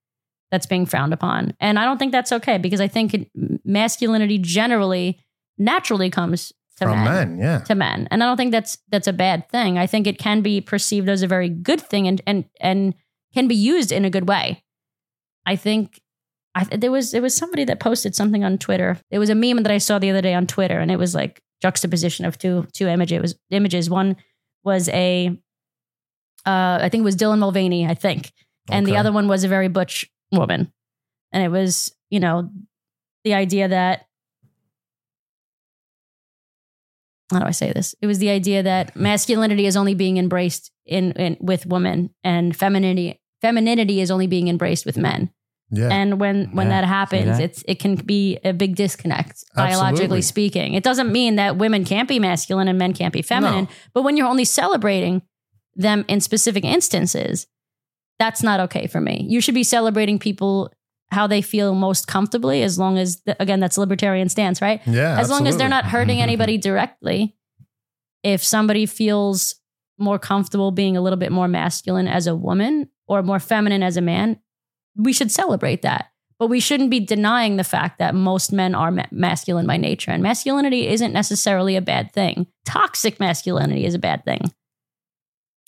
A: that's being frowned upon, and I don't think that's okay because I think it, masculinity generally naturally comes to
B: From
A: men.
B: men, yeah.
A: to men and i don't think that's that's a bad thing i think it can be perceived as a very good thing and and and can be used in a good way i think i there was there was somebody that posted something on twitter it was a meme that i saw the other day on twitter and it was like juxtaposition of two two images it was images one was a uh i think it was dylan mulvaney i think and the
B: Okay.
A: other one was a very butch woman and it was you know the idea that how do i say this it was the idea that masculinity is only being embraced in, in with women and femininity femininity is only being embraced with men
B: yeah.
A: and when when
C: Yeah,
A: that happens
C: that.
A: it's it can be a big disconnect
B: Absolutely.
A: biologically speaking it doesn't mean that women can't be masculine and men can't be feminine
B: No.
A: but when you're only celebrating them in specific instances that's not okay for me you should be celebrating people how they feel most comfortably as long as again that's libertarian stance right
B: yeah.
A: as long as they're
B: absolutely. Mm-hmm,
A: not hurting anybody directly if somebody feels more comfortable being a little bit more masculine as a woman or more feminine as a man we should celebrate that but we shouldn't be denying the fact that most men are ma- masculine by nature and masculinity isn't necessarily a bad thing toxic masculinity is a bad thing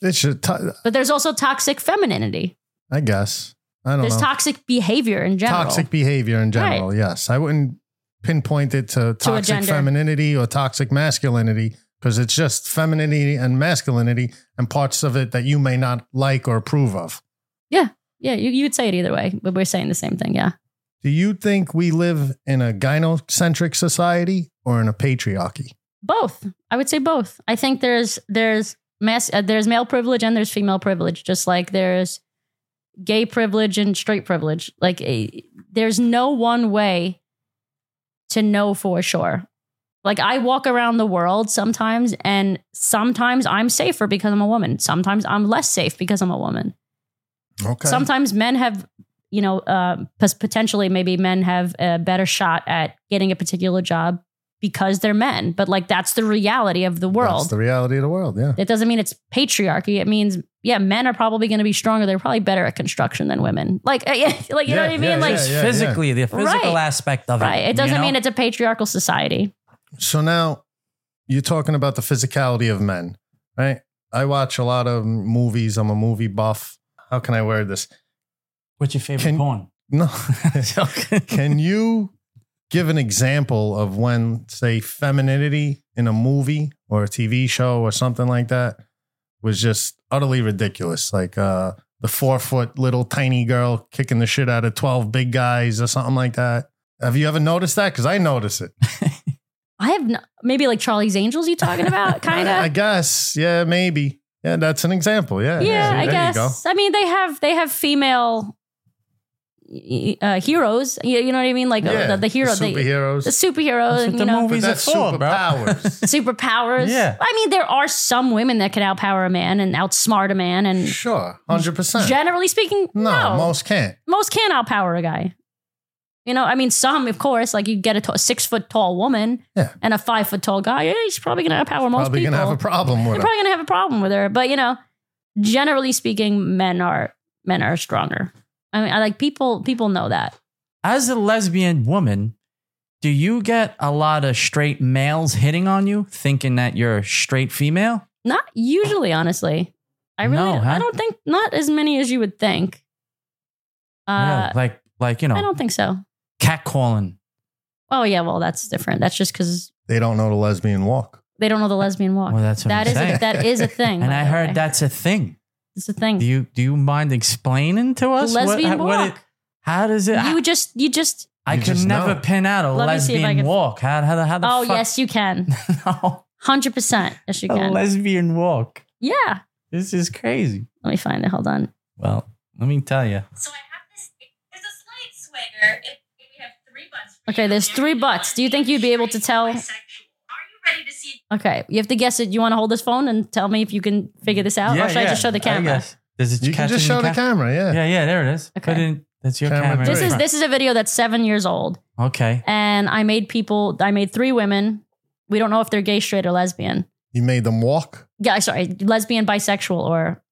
B: It should. T-
A: but there's also toxic femininity
B: I guess. I don't
A: there's
B: know.
A: toxic behavior in general
B: Toxic behavior in general. Yes, I wouldn't pinpoint it to toxic
A: gender.
B: femininity or toxic masculinity because it's just femininity and masculinity and parts of it that you may not like or approve of.
A: yeah you, you would say it either way but we're saying the same thing yeah
B: Do you think we live in a gynocentric society or in a patriarchy?
A: both i would say both i think there's there's mass uh, there's male privilege and there's female privilege just like there's gay privilege and straight privilege like eh, there's no one way to know for sure like i walk around the world sometimes and sometimes i'm safer because i'm a woman sometimes i'm less safe because i'm a woman
B: Okay.
A: sometimes men have you know uh, pos- potentially maybe men have a better shot at getting a particular job because they're men but like that's the reality of the
B: That's
A: world
B: the reality of the world. Yeah.
A: it doesn't mean it's patriarchy it means yeah men are probably going to be stronger they're probably better at construction than women like eh, yeah, like you know
B: Yeah,
A: what i mean
B: yeah,
A: like
C: Just
B: yeah, yeah.
C: physically, the physical
A: Right.
C: aspect of it.
A: right it doesn't
C: you know?
A: mean it's a patriarchal society
B: So now you're talking about the physicality of men, right? I watch a lot of movies. I'm a movie buff. How can I wear this?
C: What's your favorite
B: Can-
C: porn?
B: No.
C: Joking.
B: Can you give an example of when, say, femininity in a movie or a TV show or something like that was just utterly ridiculous? Like uh, the four foot little tiny girl kicking the shit out of 12 big guys or something like that. Have you ever noticed that? Because I notice it.
A: i have no, maybe like charlie's angels you talking about kind
B: I, I
A: of
B: guess. Yeah, maybe. Yeah, that's an example. Yeah.
A: yeah,
B: See,
A: I
B: there you go.
A: guess. I mean, they have they have female y- uh, heroes. You, you know what I mean? Like uh,
B: Yeah,
A: the, the hero,
B: the
A: the,
B: superheroes.
A: the superhero,
C: That's
A: and, you
C: what the
A: know,
B: But
C: movies are
B: that's
C: for, bro.
B: superpowers.
A: superpowers.
C: Yeah.
A: I mean, there are some women that can outpower a man and outsmart a man, and
B: sure, hundred percent.
A: generally speaking,
B: No,
A: no, most
B: most can't.
A: can outpower a guy. You know, I mean, some, of course, like you get a t- six foot tall woman
B: Yeah.
A: and a five foot tall guy. Yeah, he's probably going to outpower most
B: Probably
A: people.
B: gonna have a problem with
A: You're
B: it.
C: uh,
A: probably gonna have a problem with her. But you know, generally speaking, men are men are stronger. I mean, I like people. People know that.
C: As a lesbian woman, do you get a lot of straight males hitting on you, thinking that you're a straight female?
A: Not usually, honestly. I really,
C: No, huh?
A: I don't think not as many as you would think. Uh,
C: yeah, like, like you
A: I
C: know,
A: don't think so.
C: catcalling.
A: Oh yeah, well that's different. That's just because
B: they don't know the lesbian walk.
A: they don't know the lesbian walk.
C: Well, that's what
A: That
C: I'm
A: is
C: saying.
A: a, that is a thing.
C: and
A: by
C: I
A: the
C: heard
A: way.
C: that's a thing.
A: it's a thing.
C: Do you do you mind explaining to
A: The
C: us what-
A: lesbian
C: what,
A: walk.
C: it- how does it?
A: you just you just.
C: I
B: You
C: can
B: just
C: never
B: know.
C: pin out a
A: Let me see if I
C: lesbian
A: can-
C: walk. How how the how the
A: Oh
C: fuck?
A: yes, you can.
C: no,
A: Hundred percent. Yes, you
C: a
A: can.
C: lesbian walk.
A: Yeah.
C: This is crazy.
A: Let me find it. Hold on.
C: Well, let me tell you.
D: So I have this. There's a slight swagger. If, if we have three butts. for
A: Okay,
D: you,
A: there's
D: if
A: three
D: you
A: butts.
D: want
A: Do you think you'd be able to
D: straight
A: tell-
D: bisexual, Are you ready to see?
A: Okay, you have to guess it. You want to hold this phone and tell me if you can figure this out, or should I just show the camera?
C: Does it
B: You can
C: catch
B: just
C: it in
B: show the
C: ca-
B: camera, yeah.
C: Yeah, yeah, there it is.
A: Okay.
C: Put it in That's your
B: Camera
C: camera.
B: three.
A: This is this is a video that's seven years old,
C: Okay.
A: and I made people. I made three women. We don't know if they're gay, straight, or lesbian.
B: You made them walk
A: Yeah, sorry, lesbian, bisexual, or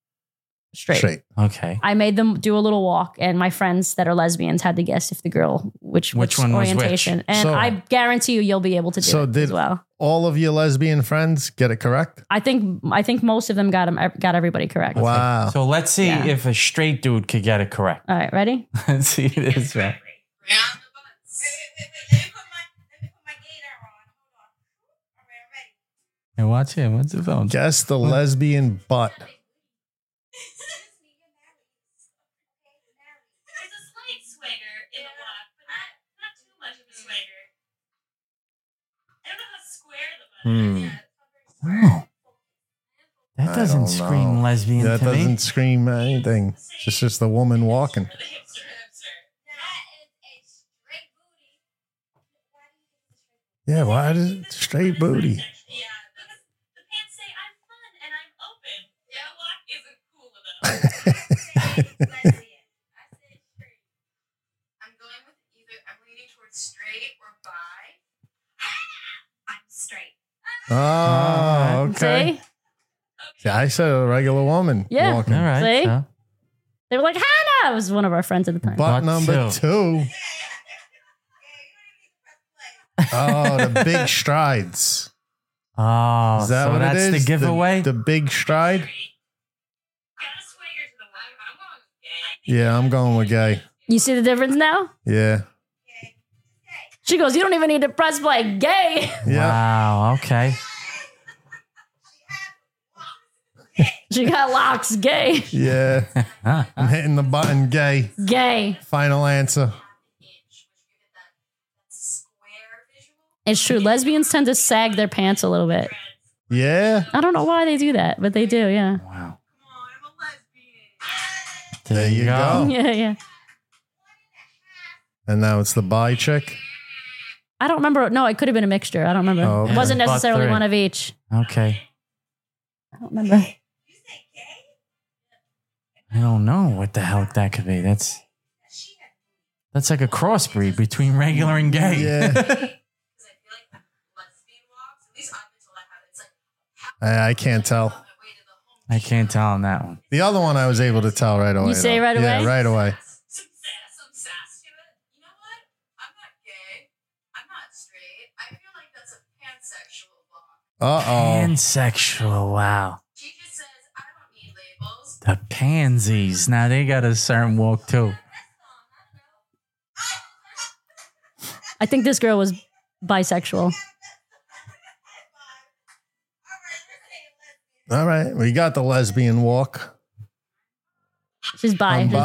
A: straight.
B: straight.
C: Okay.
A: I made them do a little walk, and my friends that are lesbians had to guess if the girl which
C: Which one was which?
A: orientation. And
B: So-
A: I guarantee you, you'll be able to do
B: So
A: it
B: did-
A: as well.
B: All of your lesbian friends get it correct.
A: I think I think most of them got 'em- got everybody correct.
B: Wow.
C: So let's see
A: Yeah.
C: if a straight dude could get it correct.
A: All right, ready?
C: let's see if it is right.
D: Round the bus. Wait, wait, wait, wait. Let me put my, let me put my gator on. Hold on. All right, I'm ready.
C: Hey, watch him. What's the phone?
B: Guess the lesbian butt.
D: There's a slight swagger in the walk, but not, not too much of a swagger. I don't know how square the butt
B: Hmm.
D: is. Yeah.
B: Wow.
C: That
B: I
C: doesn't
B: don't
C: scream
B: know.
C: lesbian
B: That
C: to
B: doesn't
C: me.
B: scream anything. It's just, just a woman walking.
D: The hipster, hipster. That is a straight booty.
B: Yeah, why does it straight booty?
D: Yeah, because the pants say I'm fun and I'm open. Yeah, walk isn't cool enough.
E: I'm going with either I'm leaning towards straight or bi. I'm straight.
B: Oh, okay.
A: See,
B: Yeah, I said a regular woman
A: Yeah.
B: walking.
C: All right.
A: See?
C: so-
A: they were like Hannah. It was one of our friends at the time.
B: Butt
C: Butt
B: number
C: two.
B: two. Oh, the big strides.
C: Oh,
B: Is that
C: so
B: what
C: that's
B: it is?
C: the giveaway?
B: The, big stride.
D: Got a swagger to the walk. I'm going with gay. I
B: Yeah, I'm going with
D: think
B: gay.
A: You see the difference now?
B: Yeah,
A: She goes, "You don't even need to press play, gay."
B: yeah.
C: Wow. Okay.
A: She got locks, gay,
B: Yeah, I'm hitting the button. Gay.
A: gay.
B: Final answer.
A: It's true. Lesbians tend to sag their pants a little bit.
B: Yeah.
A: I don't know why they do that, but they do. Yeah,
C: wow.
D: I'm a lesbian.
C: There,
B: you go.
A: yeah, yeah.
B: And now it's the bi chick.
A: I don't remember. No, it could have been a mixture. I don't remember.
B: Oh, okay.
A: It wasn't
C: Butt
A: necessarily
C: three.
A: one of each.
C: Okay.
A: I don't remember.
C: I don't know what the hell that could be. That's that's like a crossbreed between regular and gay.
B: Yeah. I, I can't tell.
C: I can't tell on that one.
B: The other one I was able to tell right away.
A: You say
B: though.
A: right
B: Yeah,
A: away?
B: right away.
E: Some sass, some sass to it. You know what? I'm not gay. I'm not straight. I feel like that's a pansexual block.
B: Uh oh.
C: Pansexual. Wow.
E: She just says, I don't need labels.
C: The pansies. Now they got a certain walk too.
A: I think this girl was bisexual.
B: All right, we got the lesbian walk.
A: She's bi.
B: I'm
A: She's bi.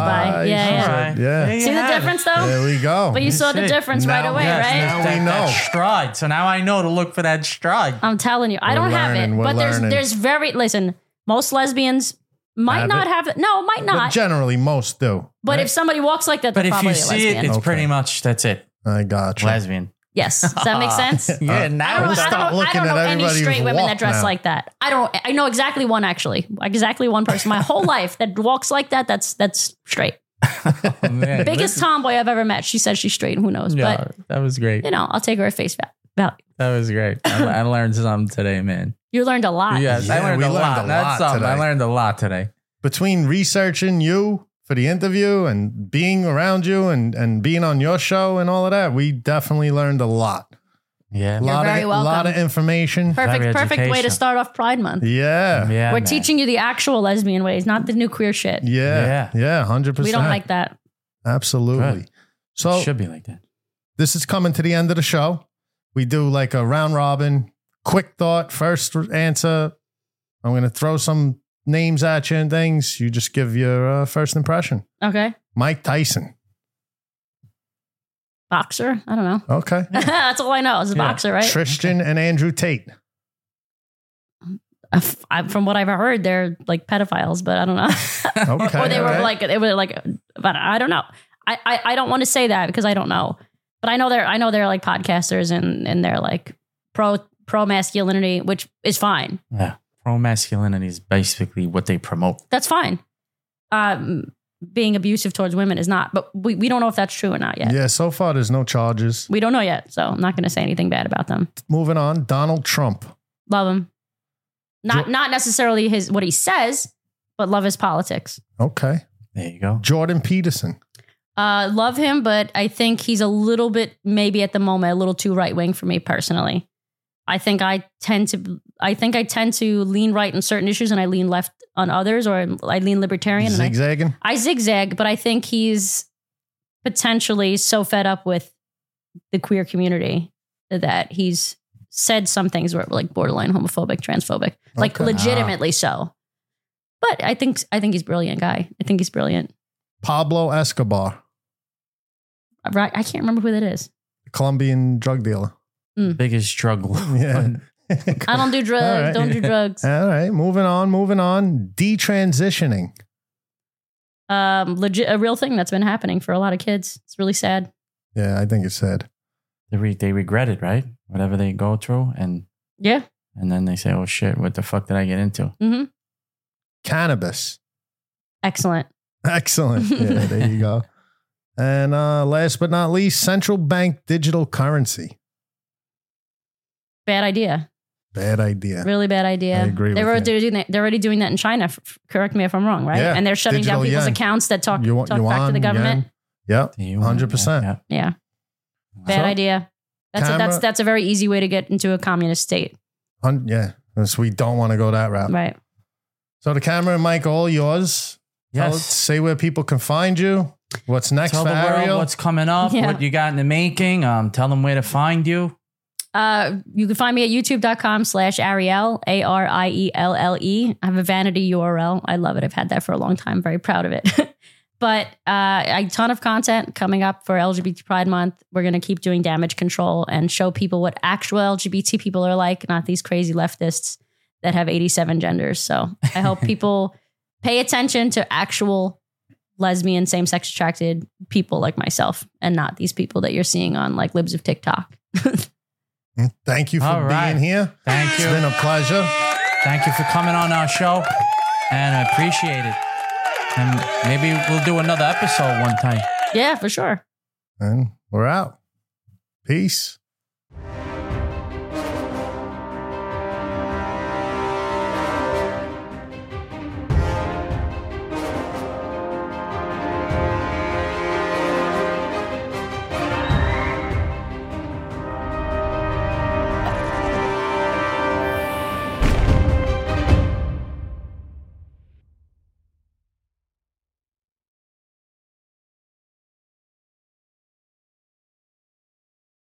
A: Yeah,
B: bi. She's
A: yeah.
B: bi. Yeah.
C: There you
A: See the
C: have it.
A: difference though?
B: There we go.
A: But you saw the
C: see.
A: difference right
B: Now-
A: away,
B: Yes,
A: right?
C: Now we
B: That-
C: know.
B: that
C: stride. So now I know to look for that stride.
A: I'm telling you, I
B: We're
A: don't have
B: learning,
A: it.
B: we're
A: But there's
B: learning.
A: there's very listen. Most lesbians might
B: Have
A: not
B: it?
A: have it. No, might
B: But
A: not. But,
B: generally, most do.
A: if somebody walks like that,
C: But
A: they're
C: if
A: probably
C: you
A: a
C: see it,
A: lesbian.
C: it's
B: Okay.
C: pretty much that's it.
B: I got you.
C: Lesbian.
A: yes, does that make sense?
C: Yeah.
B: Uh,
A: I don't,
C: now
A: know,
B: We'll
A: I
B: stop
A: don't, I
B: looking
A: don't know
B: at
A: any
B: everybody
A: straight
B: who's
A: women that
B: walked
A: dress
B: now.
A: like that. I don't. I know exactly one actually. Exactly one person. My whole life that walks like that. That's that's straight.
C: Oh, man.
A: Biggest tomboy I've ever met. She says she's straight. Who knows?
C: Yeah, that was great.
A: But you know, I'll take her at face va- value.
C: That was great. I, I learned something today, man.
A: You learned a lot.
C: Yes, I
B: Yeah,
C: learned
B: we
C: a
B: learned
C: lot.
B: a lot
C: That's something. I
B: today.
C: learned a lot today.
B: Between researching you for the interview and being around you and, and being on your show and all of that, we definitely learned a lot.
C: Yeah.
B: lot
A: very
B: of,
A: welcome.
B: lot of information.
A: Perfect.
C: Very
A: Perfect way to
C: educational.
A: start off Pride Month.
B: Yeah.
C: Yeah.
A: We're
C: man.
A: teaching you the actual lesbian ways, not the new queer shit.
B: Yeah.
C: Yeah.
B: Yeah. 100%.
A: We don't like that.
B: Absolutely.
C: Good.
B: So,
C: it should be like that.
B: this is coming to the end of the show. We do like a round robin, quick thought, first answer. I'm going to throw some names at you and things. You just give your uh, first impression.
A: Okay.
B: Mike Tyson.
A: Boxer? I don't know.
B: Okay.
A: That's all I know is a
C: Yeah.
A: boxer, right?
B: Tristan and Andrew Tate.
A: I f- I- from what I've heard, they're like pedophiles, but I don't know.
B: Okay.
A: or they were
B: all right.
A: like, they were like, but I don't know. I, I, I don't want to say that because I don't know. But I know they're, I know they're like podcasters and, and they're like pro, pro masculinity, which is fine.
C: Yeah. Pro masculinity is basically what they promote.
A: That's fine. Um, being abusive towards women is not. But we, we don't know if that's true or not yet.
B: Yeah, so far there's no charges.
A: We don't know yet. So I'm not going to say anything bad about them.
B: Moving on, Donald Trump.
A: Love him. Not
B: Jo-
A: not necessarily his what he says, but love his politics.
B: Okay.
C: There you go.
B: Jordan Peterson.
A: Uh, love him, but I think he's a little bit, maybe at the moment, a little too right wing for me personally. I think I tend to, I think I tend to lean right on certain issues, and I lean left on others, or I lean libertarian. and I-
B: Zigzagging.
A: I zigzag, but I think he's potentially so fed up with the queer community that he's said some things were like borderline homophobic, transphobic, like
B: Okay. Ah.
A: legitimately so. But I think I think he's a brilliant guy. I think he's brilliant.
B: Pablo Escobar,
A: Right? I can't remember who that is.
B: Colombian drug dealer.
C: Biggest drug lord.
B: Yeah.
A: I don't do drugs.
B: right.
A: Don't do drugs.
B: All right, moving on, moving on. Detransitioning.
A: Um, legit, a real thing that's been happening for a lot of kids. It's really sad.
B: Yeah, I think it said.
C: They, re- they regret it, right? Whatever they go through, and
A: Yeah.
C: and then they say, "Oh shit, what the fuck did I get into?"
A: hmm
B: Cannabis.
A: Excellent.
B: Excellent. Yeah, there you go. And uh, last but not least, central bank digital currency.
A: Bad idea.
B: Bad idea.
A: Really bad idea.
B: I agree
A: They're
B: with
A: already doing that. They're already doing that in China. f- f- Correct me if I'm wrong, right?
B: Yeah.
A: And they're shutting
B: Digital
A: down people's
B: yuan.
A: accounts that talk,
B: You want-
A: talk
B: you
A: back to
B: want-
A: the government.
B: Yep.
C: Do you-
B: 100%.
C: Yeah.
A: Yeah, bad
B: So,
A: idea. That's a, that's
B: camera-
A: that's a very easy way to get into a communist state,
B: Hun- yeah. So we don't want to go that route.
A: right?
B: So the camera and mic, all yours. Tell-
C: Yes.
B: say where people can find you. What's next
C: Tell
B: for
C: the
B: Ariel?
C: world what's coming up,
A: Yeah.
C: what you got in the making. Um, tell them where to find you.
A: Uh, you can find me at youtube.com slash Ariel, A R I E L L E. I have a vanity URL. I love it. I've had that for a long time. Very proud of it. but uh, a ton of content coming up for LGBT Pride Month. We're going to keep doing damage control and show people what actual LGBT people are like, not these crazy leftists that have 87 genders. So I hope people pay attention to actual lesbian, same sex attracted people like myself and not these people that you're seeing on like libs of TikTok.
B: Thank you for
C: All
B: being
C: right.
B: here.
C: Thank
B: It's
C: you.
B: been a pleasure.
C: Thank you for coming on our show, and I appreciate it. And maybe we'll do another episode one time.
A: Yeah, for sure.
B: And we're out. Peace.